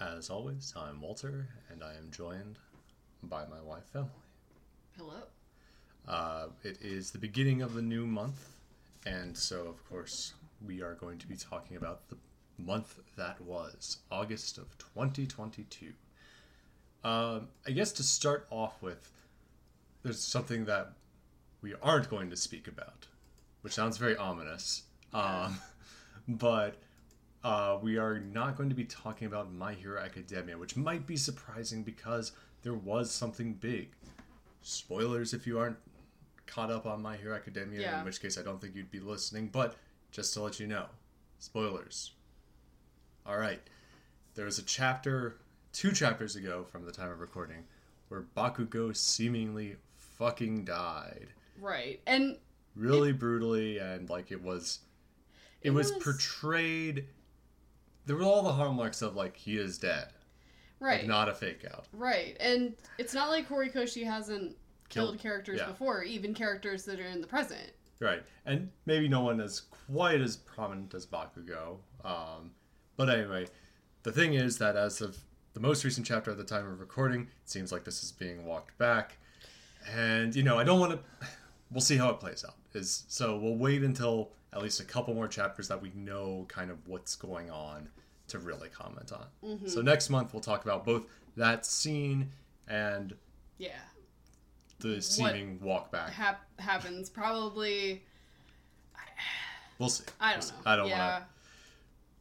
as always, I'm Walter, and I am joined by my wife, Emily. Hello. Uh, it is the beginning of the new month, and so, of course, we are going to be talking about the month that was August of 2022. Um, I guess to start off with, there's something that we aren't going to speak about, which sounds very ominous. Um, but uh, we are not going to be talking about My Hero Academia, which might be surprising because there was something big. Spoilers if you aren't caught up on My Hero Academia, Yeah. in which case I don't think you'd be listening, but just to let you know spoilers. All right. There was a chapter, two chapters ago from the time of recording, where Bakugo seemingly fucking died Right. And really brutally and like it was it, It was, was- portrayed there were all the hallmarks of like he is dead right. like not a fake out Right. And it's not like Horikoshi hasn't killed, Killed- characters yeah. before, even characters that are in the present. right and maybe no one is quite as prominent as bakugo um, but anyway the thing is that as of the most recent chapter at the time of recording it seems like this is being walked back and you know i don't want to we'll see how it plays out is so we'll wait until at least a couple more chapters that we know kind of what's going on to really comment on so next month we'll talk about both that scene and Yeah. the seeming walk back Hap- happens probably. we'll see I We'll don't see. know. i don't yeah. want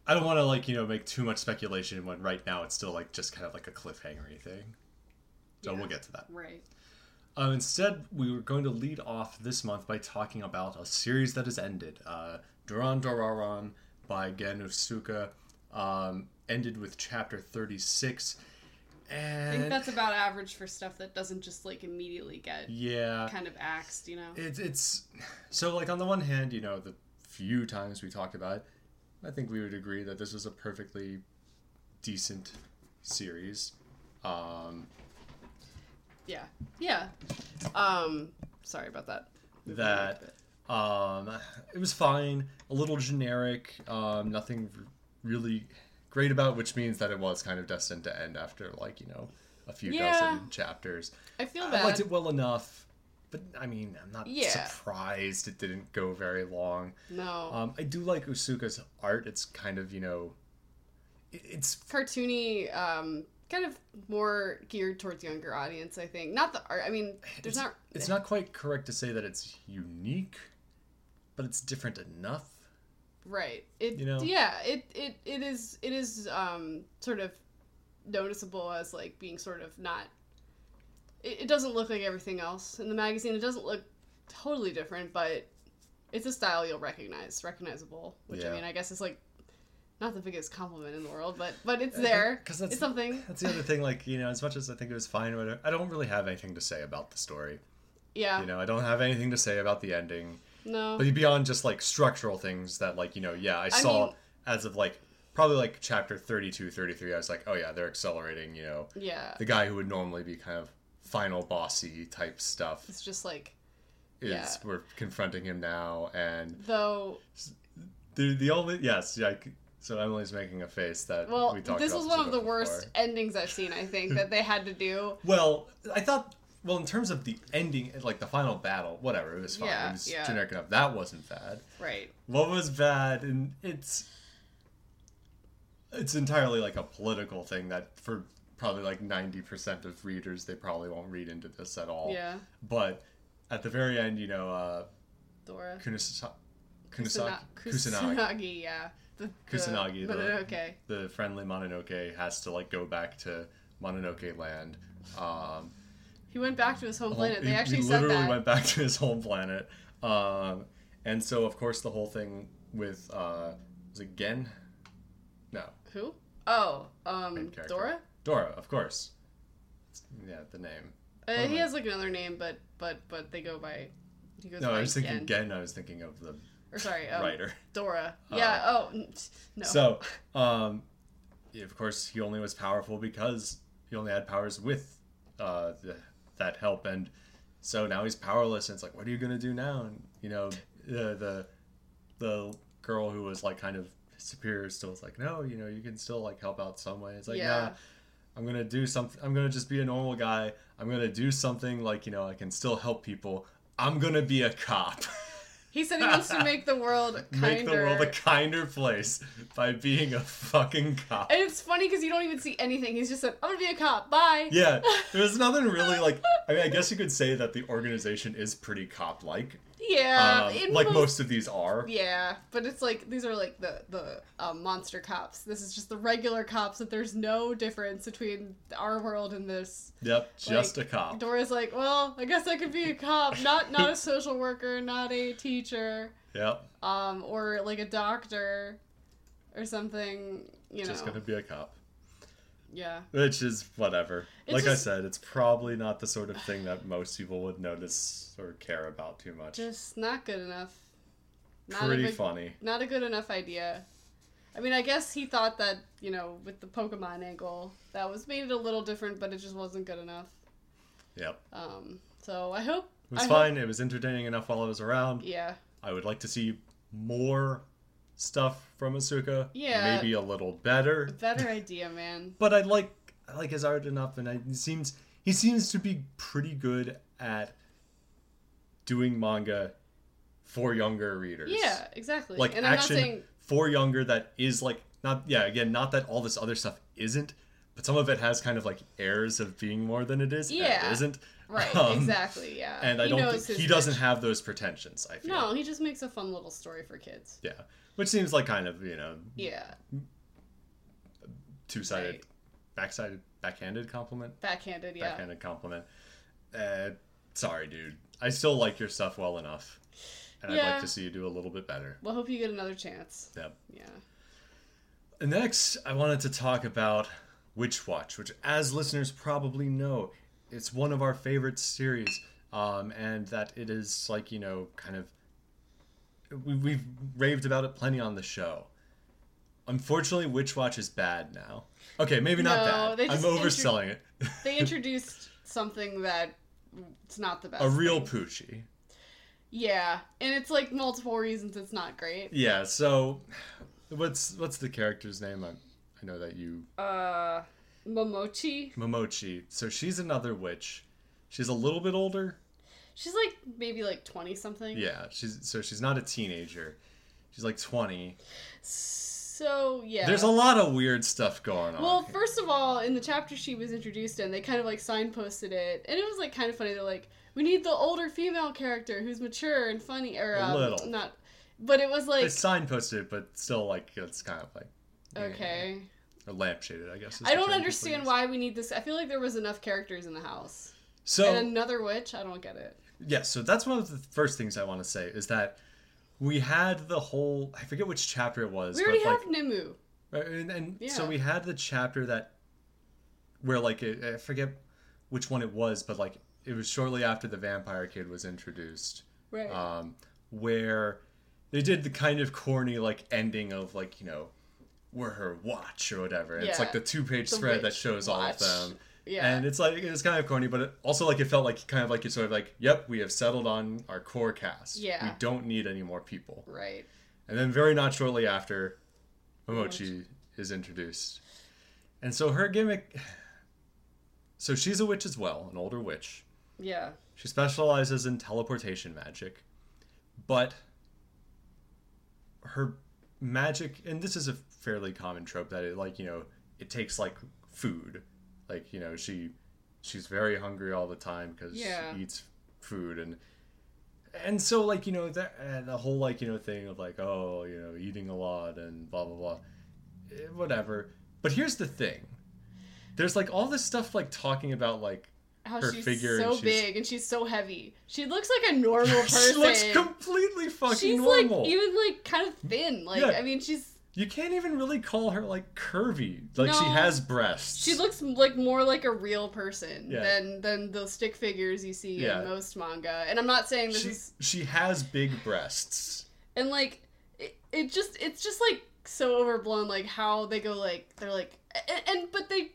to i don't want to like you know make too much speculation when right now it's still like just kind of like a cliffhangery thing so Yeah. we'll get to that Right. Uh, instead, we were going to lead off this month by talking about a series that has ended. Uh, Duran Dararan by Gen Usuka um, ended with chapter 36. I And think that's about average for stuff that doesn't just like immediately get yeah, kind of axed, you know? it's it's so like on the one hand, you know, the few times we talked about it, I think we would agree that this was a perfectly decent series. Um, Yeah. Yeah. Um, sorry about that. Moving on a That- bit. Um, it was fine, a little generic, um, nothing r- really great about, which means that it was kind of destined to end after like you know a few Yeah. dozen chapters. I feel I liked bad. it well enough, but I mean, I'm not Yeah. surprised it didn't go very long. No. Um, I do like Usuka's art. It's kind of you know, it, it's cartoony, um, kind of more geared towards younger audience. I think not the art. I mean, there's it's, not. It's not quite correct to say that it's unique, but it's different enough. right. It you know? yeah. It it it is it is um sort of noticeable as like being sort of not. It, it doesn't look like everything else in the magazine. It doesn't look totally different, but it's a style you'll recognize, recognizable. Which Yeah. I mean, I guess is like not the biggest compliment in the world, but but it's there. 'Cause that's- it's something. That's the other thing, like, you know, as much as I think it was fine or whatever, I don't really have anything to say about the story. Yeah. You know, I don't have anything to say about the ending. no. But beyond just like structural things that like, you know, yeah, I saw mean- as of like probably like chapter 32, 33, I was like, oh yeah, they're accelerating, you know, yeah. the guy who would normally be kind of final bossy type stuff is It's just like Yeah. we're confronting him now and though the the only yes, yeah, I c- so Emily's making a face that well we talked this about was one of bit the before. worst endings i've seen i think that they had to do Well, I thought. Well, in terms of the ending, like the final battle, whatever, it was fine. Yeah, it was yeah. generic enough. That wasn't bad. right What was bad, and it's it's entirely like a political thing that for probably like ninety percent of readers, they probably won't read into this at all. yeah But at the very end, you know, uh, dora Kunisa- Kunisa- Kusana- Kusanagi, kusanagi yeah the, the Kusanagi, the- Mononoke. the friendly Mononoke, has to like go back to Mononoke land. Um, he went back to his home planet He- they actually he said literally that went back to his home planet. Um, and so, of course, the whole thing with uh, was it Gen? No, who oh Main um character. dora Dora, of course. Yeah, the name. uh, Or he like- has like another name but but but they go by he goes No, by I was thinking Gen. Gen. I was thinking of the or sorry um, writer. Uh, dora yeah oh n- no So, um, yeah, of course, he only was powerful because he only had powers with uh, the, that help, and so now he's powerless. And it's like, what are you gonna do now? And you know, the the the girl who was like kind of superior still was like, no, you know, you can still like help out some way. It's like, yeah, Yeah. I'm gonna do something. I'm gonna just be a normal guy. I'm gonna do something like you know I can still help people. I'm gonna be a cop. He said he wants to make the world kinder. Make the world a kinder place by being a fucking cop. and it's funny because you don't even see anything. He's just like, I'm gonna be a cop. Bye. Yeah, there's nothing really like. I mean, I guess you could say that the organization is pretty cop-like, Yeah. um, in like most of these are. Uh, Yeah, but it's like these are like the the uh, monster cops. This is just the regular cops. That there's no difference between our world and this. Yep, just Like, a cop. Dora's like, well, I guess I could be a cop, not not a social worker, not a teacher, Yep, um, or like a doctor, or something. You just know. gonna be a cop. Yeah. Which is whatever. It's like just- I said, it's probably not the sort of thing that most people would notice or care about too much. Just not good enough. Not a Pretty big- funny. Not a good enough idea. I mean, I guess he thought that you know, with the Pokemon angle, that was made it a little different, but it just wasn't good enough. Yep. Um, so I hope It was I hope- fine. It was entertaining enough while I was around. yeah, I would like to see more stuff from Asuka. Yeah. Maybe a little better. better idea, man. But I like I like his art enough and I, he seems he seems to be pretty good at doing manga for younger readers. Yeah, exactly. like and I'm action not saying for younger that is like not yeah again not that all this other stuff isn't but some of it has kind of like airs of being more than it is and it Yeah. isn't right, Um, exactly. Yeah, and i He don't knows think his he doesn't niche. have those pretensions i feel No, he just makes a fun little story for kids. yeah which seems like kind of you know Yeah, two-sided Right. backsided backhanded compliment backhanded. Yeah, backhanded compliment uh, sorry dude i still like your stuff well enough and i'd Yeah. like to see you do a little bit better well, hope you get another chance. yep Yeah, Next, I wanted to talk about Witch Watch, which, as listeners probably know, it's one of our favorite series, um, and that it is like you know, kind of. We, we've raved about it plenty on the show. Unfortunately, Witch Watch is bad now. Okay, maybe No, not they bad. I'm just intro- overselling it. they introduced something that mm, it's not the best. A real thing. poochie. Yeah, and it's like multiple reasons it's not great. Yeah. So, what's what's the character's name? I, I know that you Uh, Momochi. Momochi. So she's another witch. She's a little bit older. She's like maybe like twenty something. Yeah, she's so she's not a teenager. She's like 20. So yeah. There's a lot of weird stuff going on. Well, here. first of all, in the chapter she was introduced in, they kind of like signposted it, and it was like kind of funny. They're like, "We need the older female character who's mature and funny," or A um, little. not. But it was like it's signposted, but still like it's kind of like eh, okay, or lampshaded, I guess. is I the term don't people understand use. why we need this. I feel like there was enough characters in the house, So and another witch. I don't get it. yeah, so that's one of the first things I want to say is that we had the whole I forget which chapter it was, We already but like have Nimu. Right, and, and so Yeah. we had the chapter that where like it, I forget which one it was, but like it was shortly after the vampire kid was introduced, Right. um, where they did the kind of corny like ending of like you know we're her watch or whatever. And It's like Yeah. the two page The spread that witch shows all of watch. them. yeah. And it's like it's kind of corny, but it, also like it felt like kind of like it's sort of like, yep, we have settled on our core cast. We Yeah. don't need any more people. right. And then very not shortly after, Momochi is introduced. And so her gimmick so she's a witch as well, an older witch. Yeah. She specializes in teleportation magic. But her magic and this is a fairly common trope that it like, you know, it takes like food. Like, you know, she she's very hungry all the time because Yeah. she eats food and and so like you know that uh, the whole like you know thing of like oh you know eating a lot and blah blah blah Eh, whatever but here's the thing there's like all this stuff like talking about like How Her she's figure and so she's- big and she's so heavy. She looks like a normal person. she looks completely fucking she's normal like even like kind of thin. Like Yeah. I mean, she's you can't even really call her like curvy like she No. has breasts She looks m- like more like a real person Yeah. than than those stick figures you see Yeah. in most manga. And I'm not saying this she, is she has big breasts and like it, it just it's just like so overblown like how they go like they're like and, and but they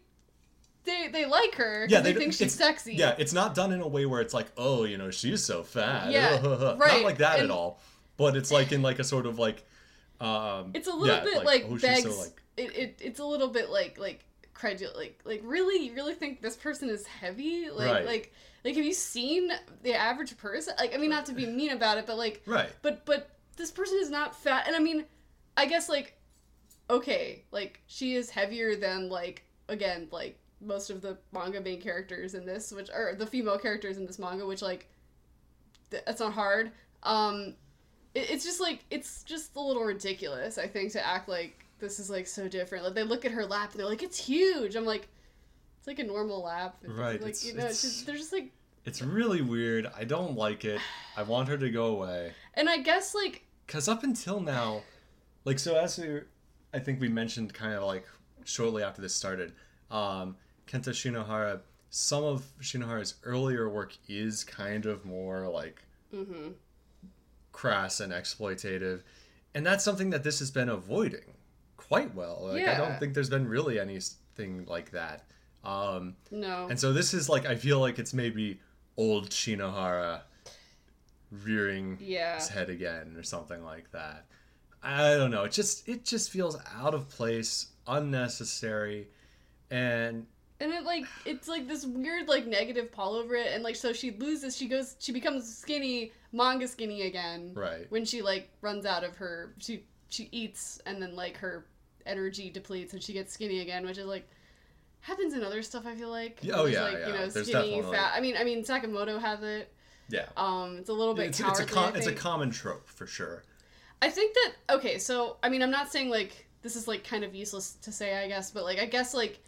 they they like her 'cause Yeah, they, they- think she's it's- sexy. yeah it's not done in a way where it's like oh you know she's so fat Yeah, not right, like that at and- all but it's like in like a sort of like um It's a little yeah, bit like, oh, she's begs so like it, it it's a little bit like like credulous. Like, like really, you really think this person is heavy? Like, Right. like, like, have you seen the average person? Like, I mean, not to be mean about it, but like, Right. but but this person is not fat, and I mean, I guess like, okay, like she is heavier than like again like most of the manga main characters in this, which are the female characters in this manga, which like, th- that's not hard. Um, it, it's just like it's just a little ridiculous i think to act like this is like so different like they look at her lap and they're like it's huge i'm like it's like a normal lap It's Right, like it's- you know it's it's- just, they're just like It's really weird. I don't like it. I want her to go away. and i guess like Because up until now, like, so as we, were- I think we mentioned kind of like shortly after this started, um, Kenta Shinohara, some of Shinohara's earlier work is kind of more like mm-hmm crass and exploitative. And that's something that this has been avoiding quite well. Like, I Yeah. don't think there's been really anything like that. Um, no and so this is like, I feel like it's maybe old Shinohara rearing yeah his head again or something like that. I don't know. It just it just feels out of place, unnecessary, and and it like it's like this weird like negative pull over it and like so she loses she goes she becomes skinny manga skinny again right. when she like runs out of her she she eats and then like her energy depletes and she gets skinny again which is like happens in other stuff i feel like Yeah, oh, There's, yeah, like you yeah. know There's skinny definitely- fat i mean i mean sakamoto has it Yeah. um it's a little bit It's, it's cowardly a com- I, it's a think. common trope for sure. I think that okay so i mean i'm not saying like this is like kind of useless to say i guess but like i guess like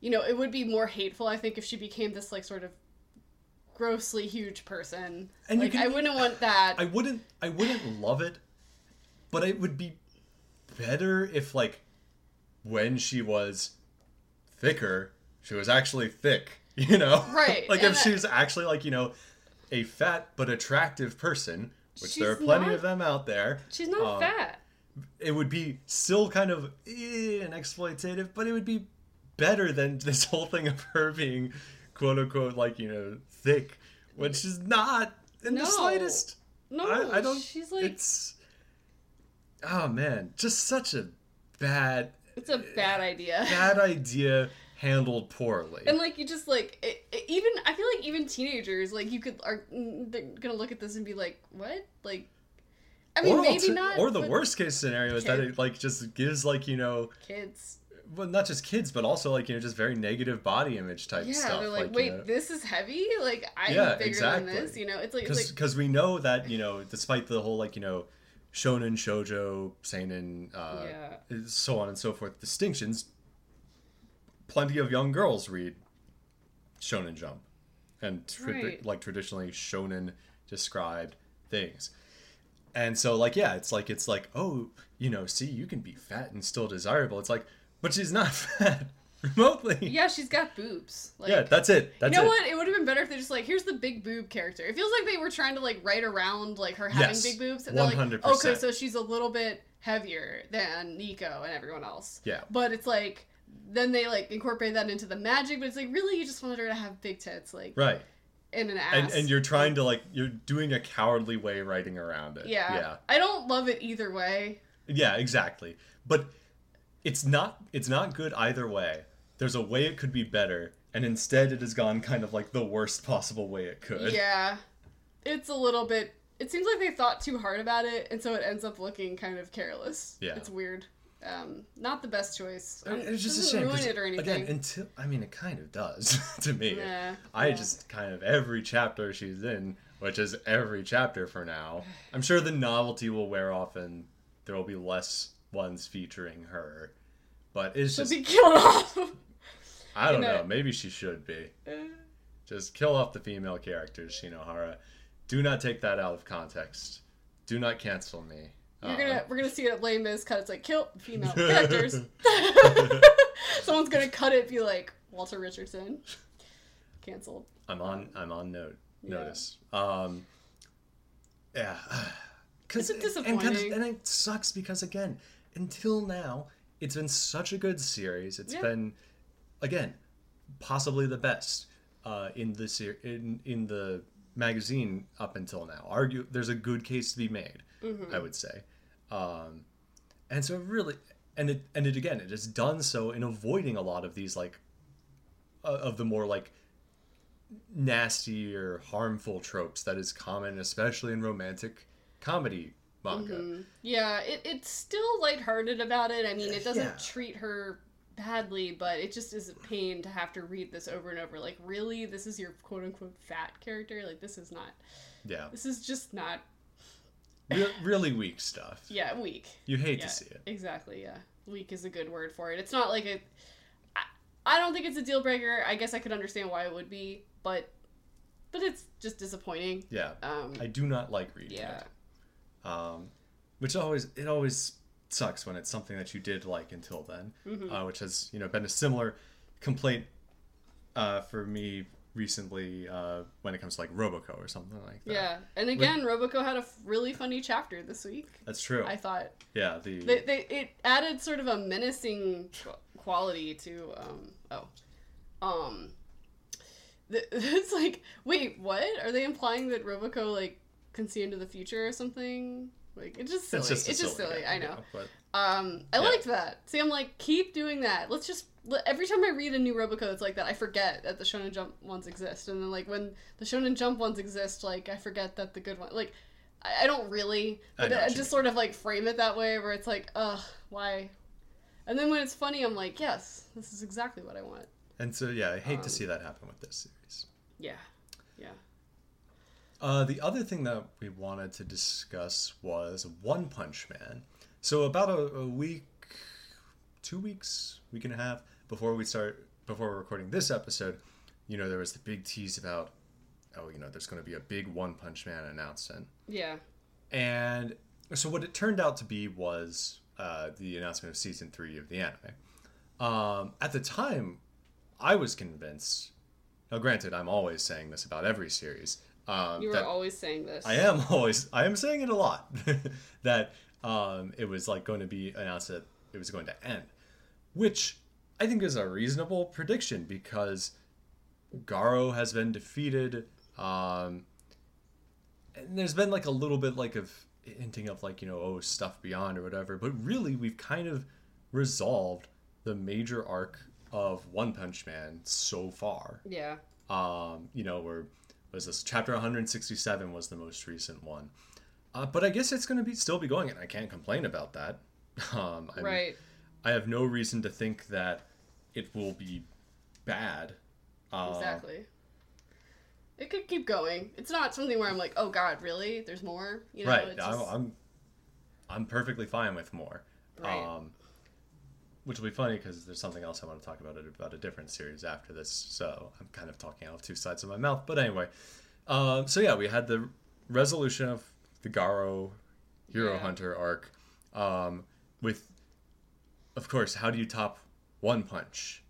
you know it would be more hateful i think if she became this like sort of grossly huge person And you like can- i wouldn't want that I wouldn't I wouldn't love it, but it would be better if like when she was thicker, she was actually thick, you know? Right, like and if I- she was actually like, you know, a fat but attractive person, which there are She's plenty not- of them out there. she's not um, fat it would be still kind of eh, and exploitative, but it would be better than this whole thing of her being quote unquote like you know thick, which is not in No. the slightest. no I, I don't. she's like it's oh man, just such a bad It's a bad idea. bad idea handled poorly. And like you just like it, it- even I feel like even teenagers like you could are they're gonna look at this and be like what like I mean or, maybe alter- not or the but worst case scenario is that Okay. it like just gives like you know kids well not just kids but also like you know just very negative body image type yeah stuff they're like, you wait know. this is heavy like I'm Yeah, bigger exactly. than this you know it's like it's because like we know that you know despite the whole like you know shonen shojo seinen uh, yeah so on and so forth distinctions plenty of young girls read shonen jump and tra- Right. like traditionally shonen described things and so like yeah it's like it's like oh you know see you can be fat and still desirable it's like but she's not fat remotely yeah she's got boobs like yeah that's it that's you it know what? It would have been better if they just like, here's the big boob character. It feels like they were trying to like write around like her having Yes, big boobs, and they're like, 100%. okay, so she's a little bit heavier than Nico and everyone else. Yeah. But it's like, then they like incorporate that into the magic, but it's like, really, you just wanted her to have big tits, like, right and an ass. and, and you're trying to like you're doing a cowardly way writing around it yeah. yeah I don't love it either way. Yeah, exactly. But it's not it's not good either way. There's a way it could be better, and instead it has gone kind of like the worst possible way it could. Yeah. It's a little bit. It seems like they thought too hard about it, and so it ends up looking kind of careless. Yeah. It's weird. Um, not the best choice. I mean, It's just a doesn't shame. ruin 'cause, it or anything. Again, until I mean, it kind of does to me. Yeah, I yeah. just kind of every chapter she's in, which is every chapter for now. I'm sure the novelty will wear off, and there will be less ones featuring her. But it's to just be killed off. I don't know. know. Maybe she should be. Just kill off the female characters, Shinohara. Do not take that out of context. Do not cancel me. You're Uh, gonna we're gonna see it at Lame Is cut. It's like kill female characters. Someone's gonna cut it. Be like Walter Richardson. Cancelled. I'm on. I'm on note. Yeah. Notice. Um. Yeah. Cause It's it- And, 'cause- disappointing. and it sucks because again, until now, it's been such a good series. It's Yeah. been, again, possibly the best uh, in the ser- in in the magazine up until now. Argue Mm-hmm. there's a good case to be made. I would say, um, and so really, and it and it again it has done so in avoiding a lot of these like uh, of the more like nasty or harmful tropes that is common especially in romantic comedy manga Mhm. Yeah, it, it's still lighthearted about it. I mean, it doesn't Yeah. treat her badly, but it just is a pain to have to read this over and over. Like, really? This is your quote unquote fat character? Like, this is not. yeah This is just not. Re- really weak stuff Yeah, weak. you hate Yeah, to see it Exactly, yeah. Weak is a good word for it. It's not like a. I, I don't think it's a deal breaker. I guess I could understand why it would be, but. But it's just disappointing. yeah Um, i do not like reading yeah. it um which always it always sucks when it's something that you did like until then Mhm. uh, which has you know been a similar complaint uh, for me recently uh, when it comes to like roboco or something like that Yeah, and again, Roboco had a f- really funny chapter this week. that's true I thought yeah the they, they it added sort of a menacing qu- quality to um oh um th- it's like wait what are they implying that Roboco like can see into the future or something like it's just silly it's it's just, just, a silly yeah, I know yeah, but um I Yeah. liked that see I'm like keep doing that let's just let- every time I read a new Roboco it's like that I forget that the Shonen Jump ones exist and then like when the Shonen Jump ones exist like I forget that the good one like I, I don't really, I but know I, what you just sort of like frame it that way where it's like, ugh, why? And then when it's funny, I'm like, yes, this is exactly what I want. and so yeah i hate Um, to see that happen with this series Yeah, yeah. Uh, the other thing that we wanted to discuss was One Punch Man. So about a, a week, two weeks, week and a half before we start, before we're recording this episode, you know, there was the big tease about, oh, you know, there's going to be a big One Punch Man announcement. Yeah. And so what it turned out to be was uh, the announcement of season three of the anime. Um, at the time, I was convinced. Now, granted, I'm always saying this about every series. Um, You were that- always saying this. I am always I am saying it a lot that um, it was like going to be announced that it was going to end, which I think is a reasonable prediction because Garo has been defeated, um, and there's been like a little bit like of hinting of like you know oh stuff beyond or whatever, but really we've kind of resolved the major arc of One Punch Man so far Yeah. um, you know, where was this chapter 167 was the most recent one. Uh, but I guess it's going to be still be going, and I can't complain about that. Um, I, Right. I have no reason to think that it will be bad. Um, Exactly. It could keep going. It's not something where I'm like, oh God, really? There's more. You know. right. It's I'm, just- I'm I'm perfectly fine with more. Right. Um, which will be funny because there's something else I want to talk about about a different series after this. So I'm kind of talking out of two sides of my mouth. But anyway, um, so yeah, we had the resolution of the Garo Hero Yeah. Hunter arc um, with, of course, how do you top One Punch?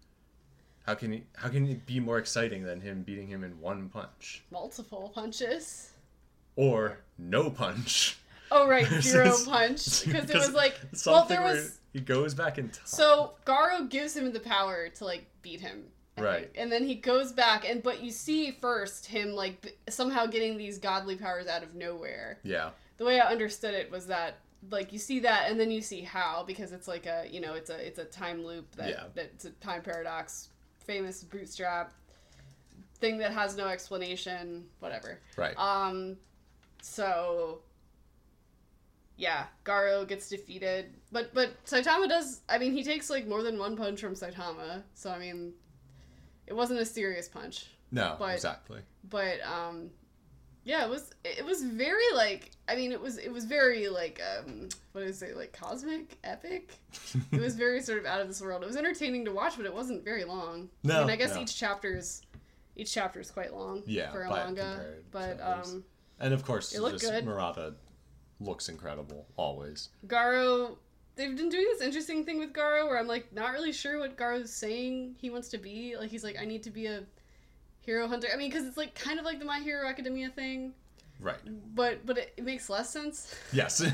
How can he, how can it be more exciting than him beating him in one punch multiple punches. or no punch? Oh right, zero Versus- punch because it Because was like, something well, there where was. he goes back in time. So Garo gives him the power to like beat him. I Right. think. And then he goes back and but you see first him like b- somehow getting these godly powers out of nowhere. yeah, The way I understood it was that like you see that and then you see how because it's like a you know it's a it's a time loop that Yeah. that's a time paradox famous bootstrap thing that has no explanation whatever. right. Um, so yeah, Garo gets defeated, but but Saitama does. I mean, he takes like more than one punch from Saitama, so I mean, it wasn't a serious punch, no, but- exactly. but um, yeah, it was it was very like I mean it was it was very like um what is it like cosmic epic? It was very sort of out of this world. It was entertaining to watch, but it wasn't very long. I No, mean, I guess no. each chapter is each chapter is quite long Yeah, for a by- manga, compared but to others. um. and of course, It looked just good. Murata looks incredible always. Garo, they've been doing this interesting thing with Garo where I'm like not really sure what Garo's saying he wants to be. Like he's like I need to be a hero hunter. I mean, because it's like kind of like the My Hero Academia thing, Right. but but it, it makes less sense. Yes. I, I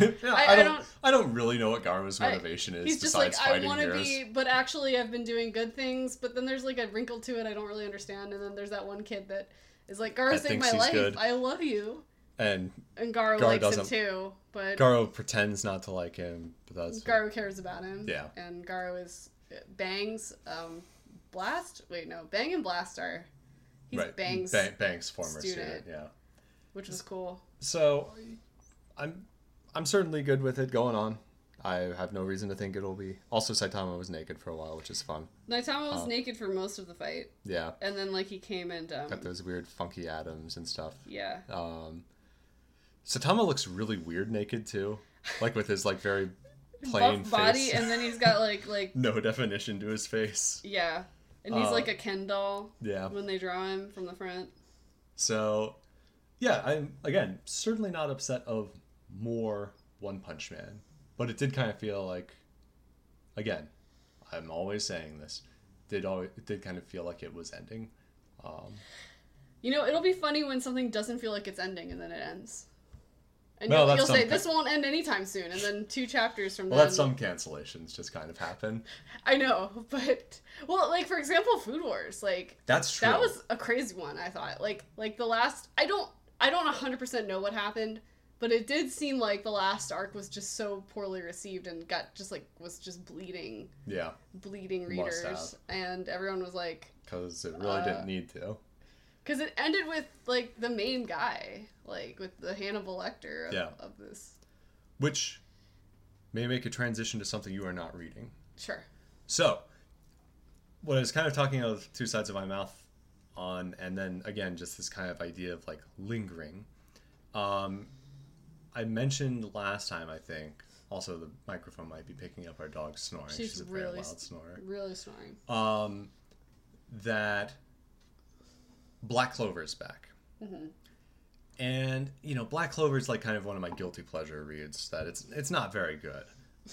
don't, I don't. don't- really know what Garo's I- motivation is he's just like besides I fighting want to heroes. be, but actually I've been doing good things. But then there's like a wrinkle to it I don't really understand. And then there's that one kid that is like Garo That saved thinks my he's life. good. I love you. and And Garo, Garo likes doesn't. him too, but Garo pretends not to like him, but that's Garo cares about him. Yeah. And Garo is Bangs um Blast. Wait, no, Bang and Blast are he's Bangs, Bang, Banks former student. student. Yeah. which is cool. So, I'm I'm certainly good with it going on. I have no reason to think it'll be. Also, Saitama was naked for a while, which is fun. Naitama was Oh. naked for most of the fight, Yeah, and then like he came and um, got those weird funky atoms and stuff. yeah, Um, Saitama looks really weird naked too, like with his like very plain buff body, face, and then he's got like like no definition to his face. yeah, and he's Uh, like a Ken doll Yeah. when they draw him from the front. So, yeah, I'm again certainly not upset of more One Punch Man, but it did kind of feel like, again, I'm always saying this, did always it did kind of feel like it was ending. Um, You know, it'll be funny when something doesn't feel like it's ending and then it ends. And Well, you'll, that's you'll say, something. this won't end anytime soon. And then two chapters from well, then. that's some cancellations just kind of happen. I know, but. Well, like, for example, Food Wars. Like, That's true. that was a crazy one, I thought. Like, like the last. I don't. I don't 100% know what happened, but it did seem like the last arc was just so poorly received and got just like was just bleeding, yeah, bleeding Must readers, and everyone was like, because it really Uh, didn't need to. Because it ended with like the main guy, like with the Hannibal Lecter of, Yeah. of this. Which may make a transition to something you are not reading. Sure. So, what I was kind of talking out of two sides of my mouth on, and then again, just this kind of idea of like lingering. Um, I mentioned last time, I think. Also, the microphone might be picking up our dog snoring. She's She's, a very really loud s- snorer. Really snoring. Um, that Black Clover is back. And you know, Black Clover is like kind of one of my guilty pleasure reads. That it's it's not very good.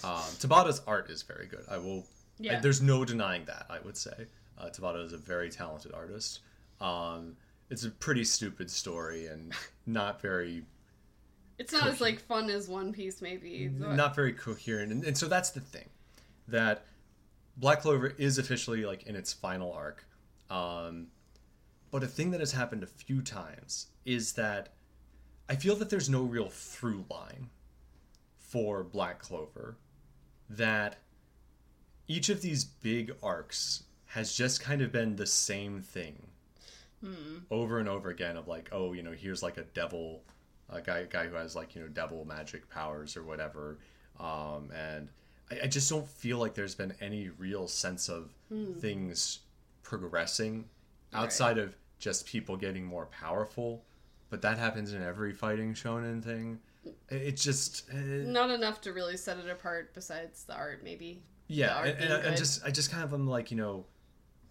Um, Tabata's art is very good. I will. Yeah. I- there's no denying that. I would say uh, Tabata is a very talented artist. Um, it's a pretty stupid story and not very It's not as like fun as One Piece, maybe. but- not very coherent and, and so that's the thing that black clover is officially like in its final arc um, but a thing that has happened a few times is that i feel that there's no real through line for black clover that each of these big arcs has just kind of been the same thing over and over again of like oh you know here's like a devil a guy guy who has like you know devil magic powers or whatever um and i, I just don't feel like there's been any real sense of things progressing outside of just people getting more powerful but that happens in every fighting shonen thing it, it just eh, not enough to really set it apart. Besides the art, maybe. yeah, art and, being and I, I good. just I just kind of am like you know,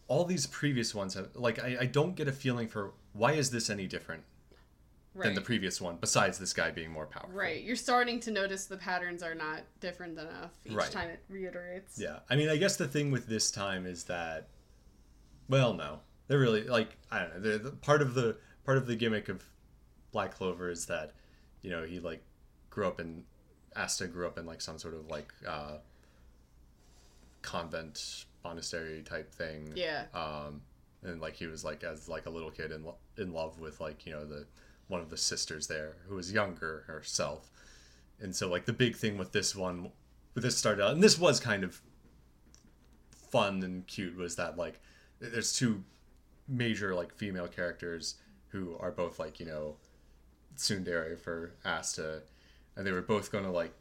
all these previous ones have like I, I don't get a feeling for why is this any different Right. than the previous one besides this guy being more powerful. right. You're starting to notice the patterns are not different enough each Right. time it reiterates. Yeah, I mean I guess the thing with this time is that, well no, they're really like I don't know they're the, part of the part of the gimmick of Black Clover is that you know he like grew up in Asta grew up in like some sort of like uh, convent monastery type thing. Yeah. um, and like he was like as like a little kid in lo- in love with like you know the one of the sisters there who was younger herself, and so like the big thing with this one with this started out and this was kind of fun and cute was that like th- there's two major like female characters who are both like you know tsundere for Asta, and they were both gonna like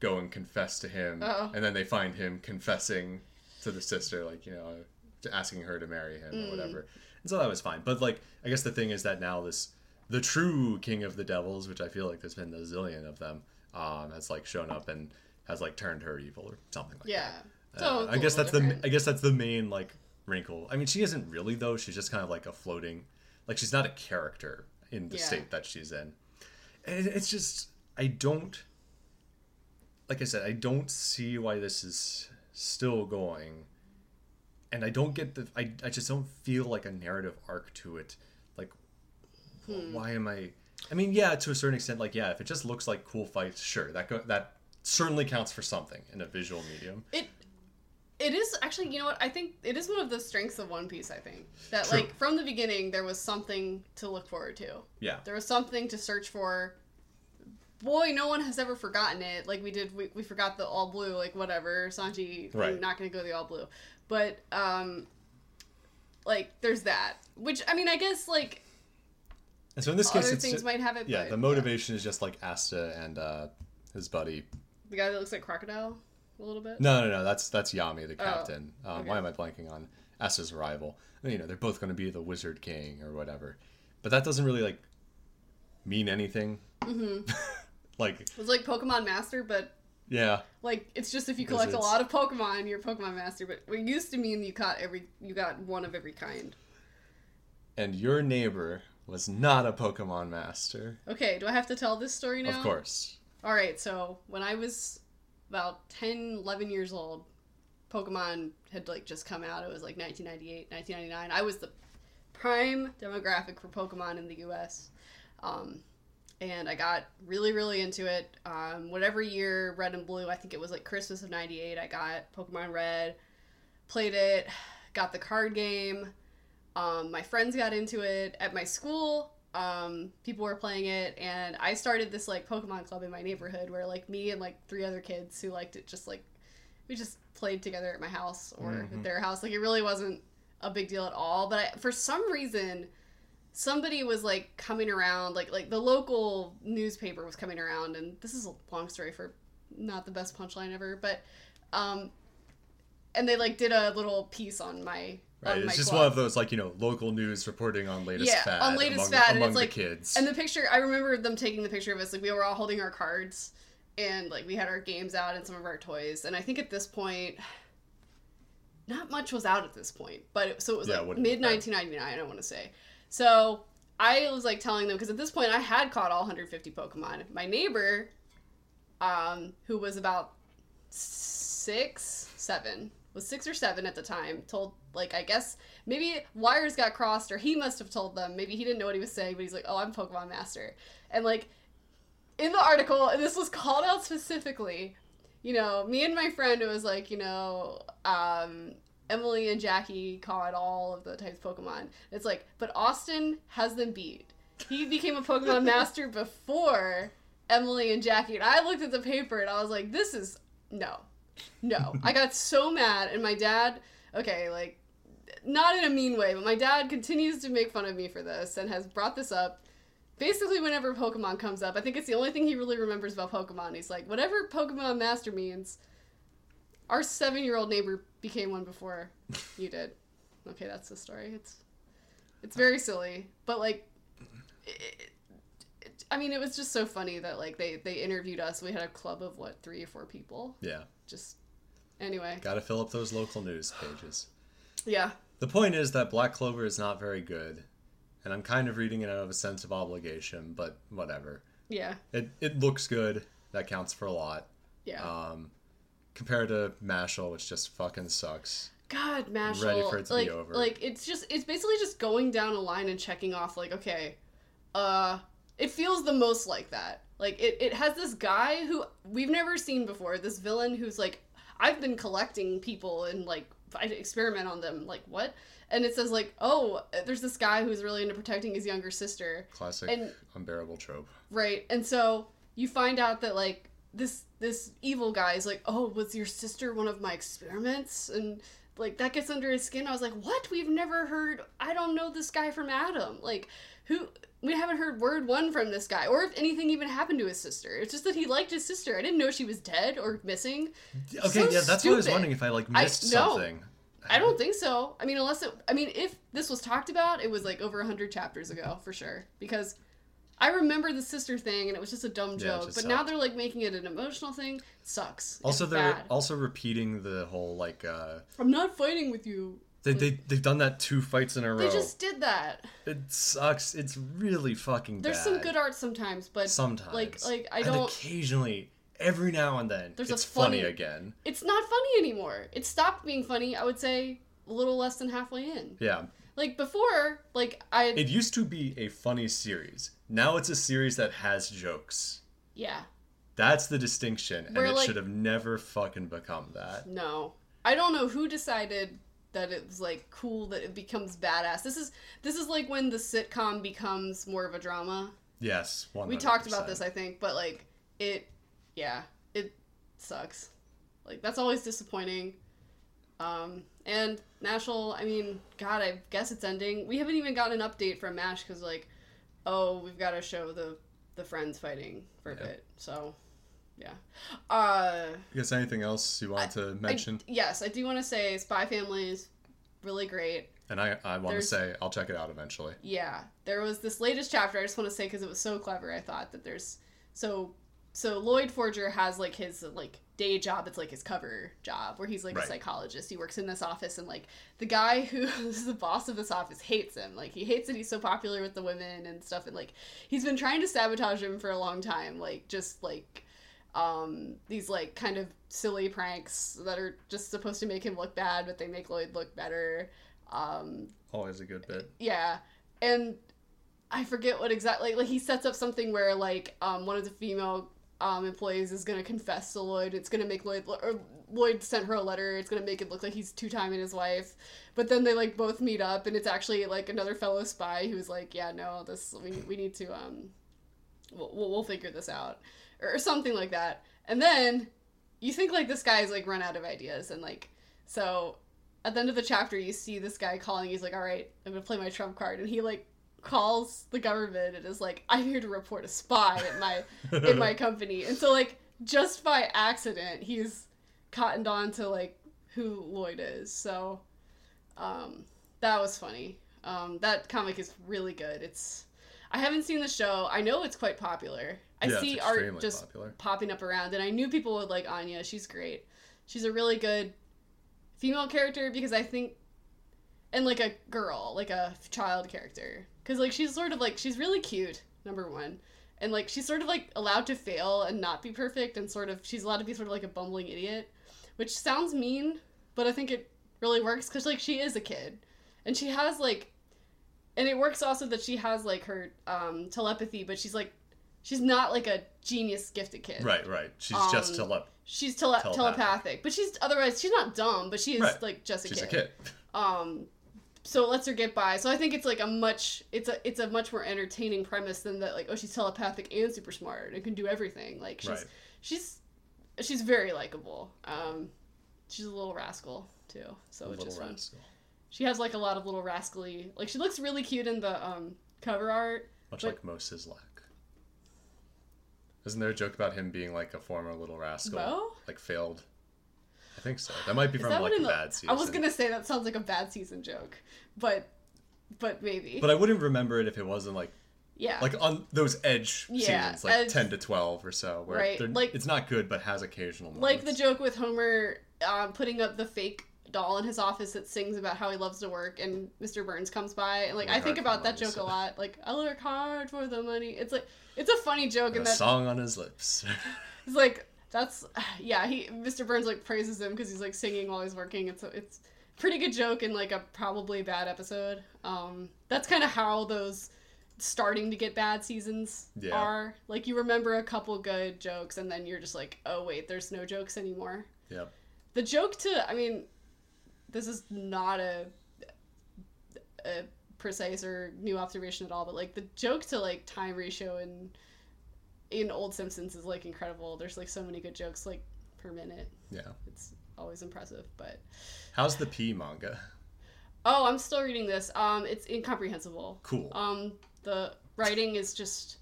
go and confess to him, Uh-oh. and then they find him confessing to the sister, like you know, to asking her to marry him or whatever. And so that was fine, but like I guess the thing is that now this the true king of the devils, which I feel like there's been a zillion of them, um, has like shown up and has like turned her evil or something like Yeah. that. So Uh, it's I a guess little that's different. the I guess that's the main like wrinkle. I mean, she isn't really though. She's just kind of like a floating, like she's not a character in the Yeah. state that she's in. And it's just I don't like I said, I don't see why this is still going. And I don't get the I, I just don't feel like a narrative arc to it. Like Hmm. why am I I mean, yeah, to a certain extent, like yeah, if it just looks like cool fights, sure, that go, that certainly counts for something in a visual medium. It. It It is actually, you know what? I think it is one of the strengths of One Piece. I think that True. like from the beginning there was something to look forward to. Yeah. There was something to search for. Boy, no one has ever forgotten it. Like we did, we, we forgot the all blue, like whatever. Sanji, thing, Right. not going to go the all blue, but um, like there's that. Which I mean, I guess like And so in this case, other it's things ju- might have it. yeah. but, The motivation is just like Asta and uh, his buddy. the guy that looks like crocodile a little bit. No, no, no. That's that's Yami, the captain. um, Oh, okay. Why am I blanking on Asta's rival? You know, they're both going to be the Wizard King or whatever. But that doesn't really like mean anything. Mm-hmm. like, It was like Pokemon Master, but yeah, like it's just if you collect a Wizards. lot of Pokemon, you're a Pokemon Master. But it used to mean you caught every, you got one of every kind. and your neighbor was not a Pokemon master, Okay, do I have to tell this story now? of course. All right, so when I was about 10, 11 years old, Pokemon had like just come out. It was like 1998, 1999. I was the prime demographic for Pokemon in the US. Um, and I got really, really into it. Um, whatever year, Red and Blue, I think it was like Christmas of 98, I got Pokemon Red, played it, got the card game. Um, my friends got into it at my school. Um, people were playing it, and I started this like Pokemon club in my neighborhood where like me and like three other kids who liked it just like we just played together at my house or Mhm. at their house. Like it really wasn't a big deal at all. But I, for some reason, somebody was like coming around, like like the local newspaper was coming around, and this is a long story for not the best punchline ever, but um, and they like did a little piece on my Right, on Oh my it's just club. one of those like you know local news reporting on latest Yeah, fad on among, latest fad, and among it's the like- kids. And the picture, I remember them taking the picture of us. Like we were all holding our cards, and like we had our games out and some of our toys. And I think at this point, not much was out at this point. But it, so it was Yeah, it like wouldn't have mid been. 1999, I want to say. So I was like telling them because at this point I had caught all 150 Pokemon. My neighbor, um, who was about six, seven, was six or seven at the time, told like I guess maybe wires got crossed or he must have told them. Maybe he didn't know what he was saying, but he's like, "Oh, I'm Pokemon Master," and like in the article, and this was called out specifically. You know, me and my friend it was like, you know, um, Emily and Jackie caught all of the types of Pokemon. It's like, but Austin has them beat. He became a Pokemon Master before Emily and Jackie. And I looked at the paper and I was like, this is no, no. I got so mad, and my dad, okay, like, not in a mean way, but my dad continues to make fun of me for this and has brought this up basically whenever Pokemon comes up. I think it's the only thing he really remembers about Pokemon. He's like, whatever Pokemon Master means, our seven year old neighbor became one before you did. Okay, that's the story. It's it's very silly, but like, it, it, I mean, it was just so funny that like they they interviewed us. We had a club of what three or four people. yeah, Just anyway, gotta fill up those local news pages. yeah. The point is that Black Clover is not very good, and I'm kind of reading it out of a sense of obligation, but whatever. Yeah, It it looks good. That counts for a lot. yeah. Um, compared to Mashal, which just fucking sucks. God, Mashal. ready for it to be like, over. Like it's just it's basically just going down a line and checking off like, okay, uh it feels the most like that. Like it, it has this guy who we've never seen before, this villain who's like I've been collecting people and like I experiment on them, like what? And it says like, oh, there's this guy who's really into protecting his younger sister. Classic And- unbearable trope. Right. And so you find out that like this this evil guy is like, "Oh, was your sister one of my experiments?" and like that gets under his skin. I was like, "What? We've never heard I don't know this guy from Adam." Like who we haven't heard word one from this guy or if anything even happened to his sister. It's just that he liked his sister. I didn't know she was dead or missing. Okay, So yeah, that's what I was stupid. wondering if I like I- missed no. something. I don't think so. I mean, unless it, I mean, if this was talked about, it was like over 100 chapters ago for sure. Because I remember the sister thing and it was just a dumb Yeah, it joke. but just now sucked. they're like making it an emotional thing. sucks. Also, It's they're bad. also repeating the whole like uh, I'm not fighting with you. they they they've done that two fights in a row. They just did that. It sucks. It's really fucking. There's bad. some good art sometimes, but sometimes. like- like, I And don't- occasionally, every now and then, There's a it's funny funny- again. it's not funny anymore. It stopped being funny, I would say, a little less than halfway in. Yeah, Like before, like I. it used to be a funny series. Now it's a series that has jokes. yeah. That's the distinction, and Where, it like- should have never fucking become that. No. I don't know who decided that it was like cool that it becomes badass. This is this is like when the sitcom becomes more of a drama. Yes, 100%. We talked about this, I think, but like it, yeah, it sucks. Like that's always disappointing. Um, and Nashville, I mean, God, I guess it's ending. We haven't even gotten an update from Mash because like, oh, we've got to show the the friends fighting for a Yeah. bit. So, yeah. Uh, I guess anything else you want to mention? I, yes, I do want to say Spy Family is really great. and I, I want to there's- say I'll check it out eventually. Yeah, there was this latest chapter. I just want to say because it was so clever. I thought that there's so so Lloyd Forger has like his like day job. It's like his cover job where he's like a Right. psychologist. He works in this office and like the guy who is the boss of this office hates him. Like he hates that he's so popular with the women and stuff. And like he's been trying to sabotage him for a long time. Like just like um these like kind of silly pranks that are just supposed to make him look bad but they make lloyd look better um Always a good bit. yeah and i forget what exactly like he sets up something where like um, one of the female um, employees is going to confess to lloyd it's going to make lloyd or lloyd sent her a letter it's going to make it look like he's two-timing his wife but then they like both meet up and it's actually like another fellow spy who's like yeah no this we, we need to um we'll, we'll we'll figure this out or, or something like that and then you think like this guy's like run out of ideas and like so at the end of the chapter, you see this guy calling. He's like, "All right, I'm gonna play my trump card," and he like calls the government and is like, "I'm here to report a spy at my in my company." And so like just by accident, he's cottoned on to like who Lloyd is. So um, that was funny. Um, that comic is really good. It's I haven't seen the show. I know it's quite popular. I Yeah, it's see art extremely just popular. popping up around, and I knew people would like Anya. She's great. She's a really good female character because I think, and like a girl, like a child character, because like she's sort of like she's really cute. Number one, and like she's sort of like allowed to fail and not be perfect, and sort of she's allowed to be sort of like a bumbling idiot, which sounds mean, but I think it really works because like she is a kid, and she has like, and it works also that she has like her um, telepathy, but she's like. She's not like a genius gifted kid Right, right. She's just Um, tele- she's tele- telepathic. Telepathic. but she's otherwise she's not dumb, but she is Right. like just a she's a kid. kid. Um, so it lets her get by. So I think it's like a much it's a it's a much more entertaining premise than that like oh she's telepathic and super smart and can do everything like she's Right. she's she's very likable. Um, she's a little rascal too, so it's Little just fun. rascal. She has like a lot of little rascally like she looks really cute in the um cover art. Much But- like Mo Sizlak. Isn't there a joke about him being like a former little rascal? Mo? Like failed. I think so. That might be Is from that like what a in the- bad season. I was gonna say that sounds like a bad season joke, but but maybe But I wouldn't remember it if it wasn't like yeah like on those edge Yeah, seasons, like edge- ten to twelve or so, where Right, they're- like- it's not good but has occasional moments. like the joke with Homer um, putting up the fake doll in his office that sings about how he loves to work, and Mr. Burns comes by, and like Work I hard think for about that money, joke a so- lot. Like I work hard for the money. It's like it's a funny joke, and and a that's song on his lips. it's like that's yeah. He Mr. Burns like praises him because he's like singing while he's working. It's a, it's a pretty good joke in like a probably bad episode. Um, that's kind of how those starting to get bad seasons Yeah. are. Like you remember a couple good jokes, and then you're just like, oh wait, there's no jokes anymore. yep. The joke to, I mean, this is not a, a precise or new observation at all, but like the joke to like time ratio in in old Simpsons is like incredible. There's like so many good jokes like per minute. Yeah. It's always impressive. But How's the P manga? oh, I'm still reading this. Um, it's incomprehensible. Cool. Um, the writing is just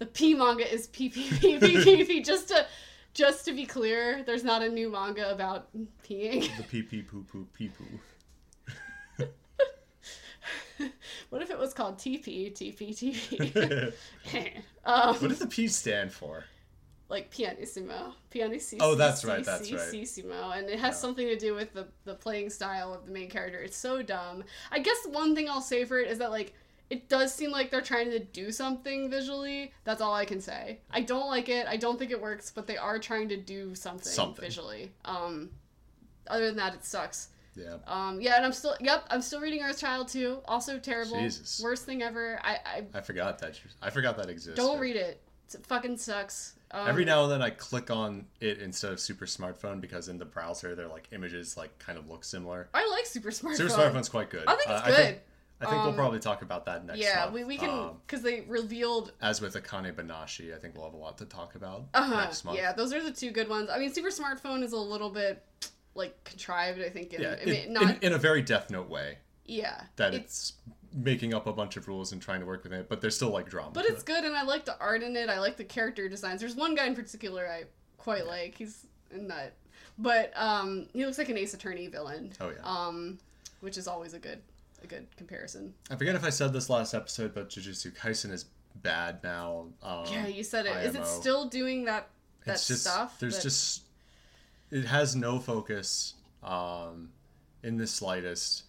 the P manga is P P P P P P. Just to just to be clear, there's not a new manga about peeing. the pee pee poo poo pee poo. What if it was called TP, TP, what TP? um, does the P stand for? like pianissimo. Pianissimo. Oh, that's right, that's right. Pianissimo. And it Yeah. has something to do with the, the playing style of the main character. It's so dumb. I guess one thing I'll say for it is that, like, it does seem like they're trying to do something visually. That's all I can say. I don't like it. I don't think it works, but they are trying to do something, Something. visually. Um, other than that, it sucks. Yeah. Um, yeah, and I'm still, yep, I'm still reading Earth Child too. Also terrible. Jesus. Worst thing ever. I, I I forgot that. you- I forgot that existed. Don't read it. It fucking sucks. Um, Every now and then I click on it instead of super smartphone because in the browser their like images like kind of look similar. I like Super Smartphone. Super smartphone's quite good. I think it's Uh, good. I think, I think Um, we'll probably talk about that next. yeah, month. we, we can Um, because they revealed. as with Akane Banashi, I think we'll have a lot to talk about Uh huh. next month. Yeah, those are the two good ones. I mean, Super Smartphone is a little bit like contrived. I think. In, Yeah, I mean, in, not. in, in a very Death Note way yeah. that it's it's, making up a bunch of rules and trying to work within it, but there's still like drama. But to it's it. good, and I like the art in it. I like the character designs. There's one guy in particular I quite like. He's a nut, but um, he looks like an Ace Attorney villain. Oh, yeah. Um, which is always a good a good comparison. I forget if I said this last episode, but Jujutsu Kaisen is bad now. Um, yeah, you said it. Is it IMO. still doing that that it's just, stuff? There's that- just it has no focus um, in the slightest,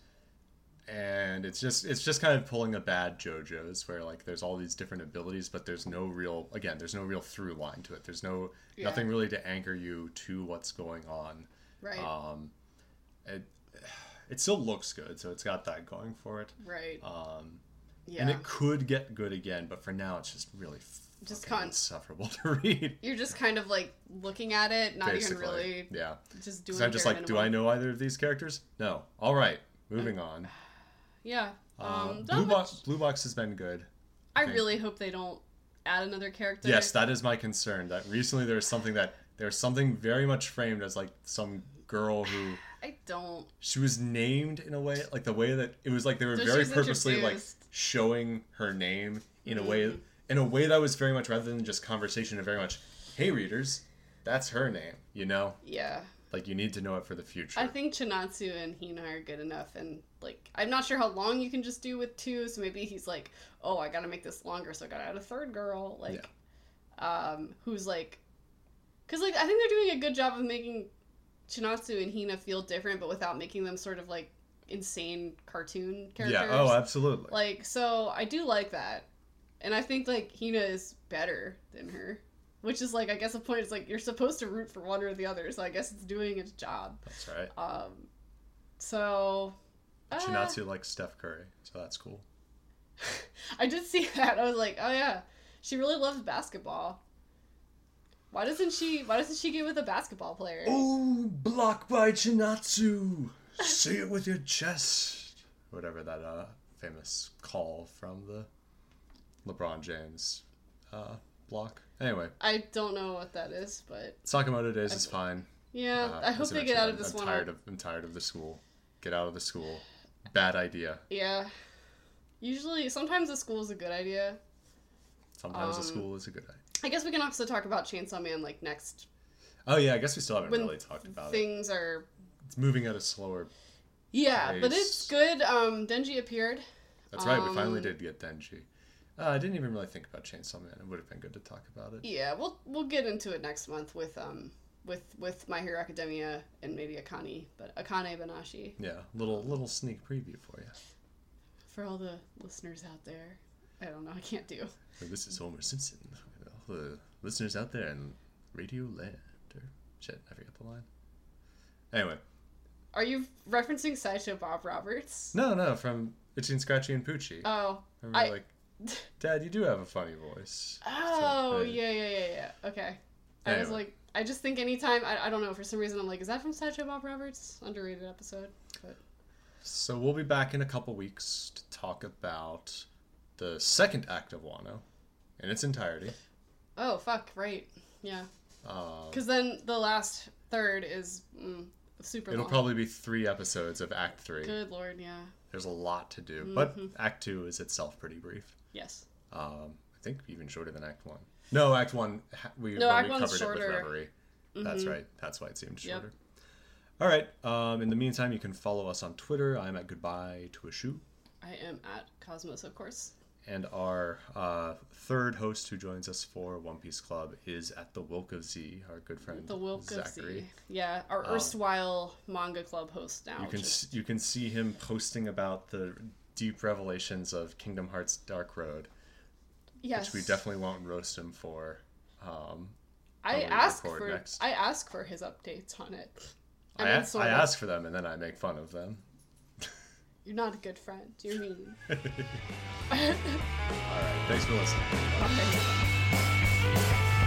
and it's just it's just kind of pulling a bad JoJo's where like there's all these different abilities, but there's no real again there's no real through line to it. There's no Yeah. nothing really to anchor you to what's going on. right, Um, it it still looks good, so it's got that going for it. right. Um, Yeah, And it could get good again, but for now it's just really Just just con- insufferable to read. you're just kind of like looking at it, not basically, even really yeah. just doing. Because I'm just bare like, do I minimum. know either of these characters? No. All right, moving on. Yeah. Uh, Um, Um, not Blue much- Box, Blue Box has been good. I think. really hope they don't add another character. Yes, that is my concern. That recently there was something that there's something very much framed as like some girl who I don't. she was named in a way like the way that it was like they were So very she's purposely introduced. Mm-hmm. like showing her name in a way in a way that was very much rather than just conversation and very much hey readers that's her name you know Yeah. like you need to know it for the future I think Chinatsu and Hina are good enough, and like I'm not sure how long you can just do with two. So maybe he's like, oh, I gotta make this longer, so I gotta add a third girl, like, um, who's like, because like I think they're doing a good job of making Chinatsu and Hina feel different, but without making them sort of like insane cartoon characters. yeah oh absolutely like so I do like that, and I think like Hina is better than her. Which is like, I guess the point is like you're supposed to root for one or the other, so I guess it's doing its job. that's right Um, so uh, Chinatsu likes Steph Curry, so that's cool. I did see that. I was like, oh yeah, she really loves basketball. Why doesn't she? Why doesn't she get with a basketball player? Oh, block by Chinatsu. Say it with your chest. Whatever that uh, famous call from the LeBron James uh, block. Anyway, I don't know what that is, but Sakamoto Days is fine. yeah, Uh, I hope as they mentioned, get out of I'm- this I'm one. Tired of, I'm tired of the school. Get out of the school. Bad idea. yeah. Usually, sometimes a school is a good idea. Sometimes Um, the school is a good idea. I guess we can also talk about Chainsaw Man like next. Oh, yeah, I guess we still haven't when really talked about it. Things are It's moving at a slower yeah, but Nice. it's good. Um, Denji appeared. That's right. We finally Um, did get Denji. Uh, I didn't even really think about Chainsaw Man. It would have been good to talk about it. Yeah, we'll we'll get into it next month with um with with My Hero Academia and maybe Akane, but Akane Banashi Yeah, little little sneak preview for you. for all the listeners out there. I don't know, I can't do. So This is Homer Simpson. All the listeners out there in Radio Land. Or shit, I forgot the line. Anyway, Are you referencing Sideshow Bob Roberts? no, no, from Itchy and Scratchy and Poochie. Oh, Remember, I- like, Dad, you do have a funny voice. oh, So, uh, yeah, yeah, yeah, yeah. Okay, I was Anyway. like, I just think anytime I, I don't know for some reason I'm like, is that from Sideshow Bob Roberts? Underrated episode. But So we'll be back in a couple weeks to talk about the second act of Wano in its entirety. oh fuck, right, yeah. Um, Because then the last third is mm, super It'll long. Mm. probably be three episodes of Act Three. Good lord, yeah. There's a lot to do, Mm-hmm. but Act Two is itself pretty brief. Yes. Um, I think even shorter than Act One. No, Act One ha- we, No, when Act we One's covered it shorter. Mm-hmm. with Reverie. That's right. That's why it seemed Yep. shorter. All right. Um, in the meantime, you can follow us on Twitter. I'm at goodbye to a shoe, I am at Cosmos, of course. and our uh, third host who joins us for One Piece Club is at the Wilk of Z, our good friend The Wilk of Zachary. Oh. Z. Yeah, our erstwhile manga club host now. You can which is- s you can see him posting about the deep revelations of Kingdom Hearts Dark Road, yes. which we definitely won't roast him for. Um, I when we ask record for next. I ask for his updates on it. I, mean, a- sort I of. ask for them and then I make fun of them. You're not a good friend. You're mean. All right, thanks for listening. Okay. Bye.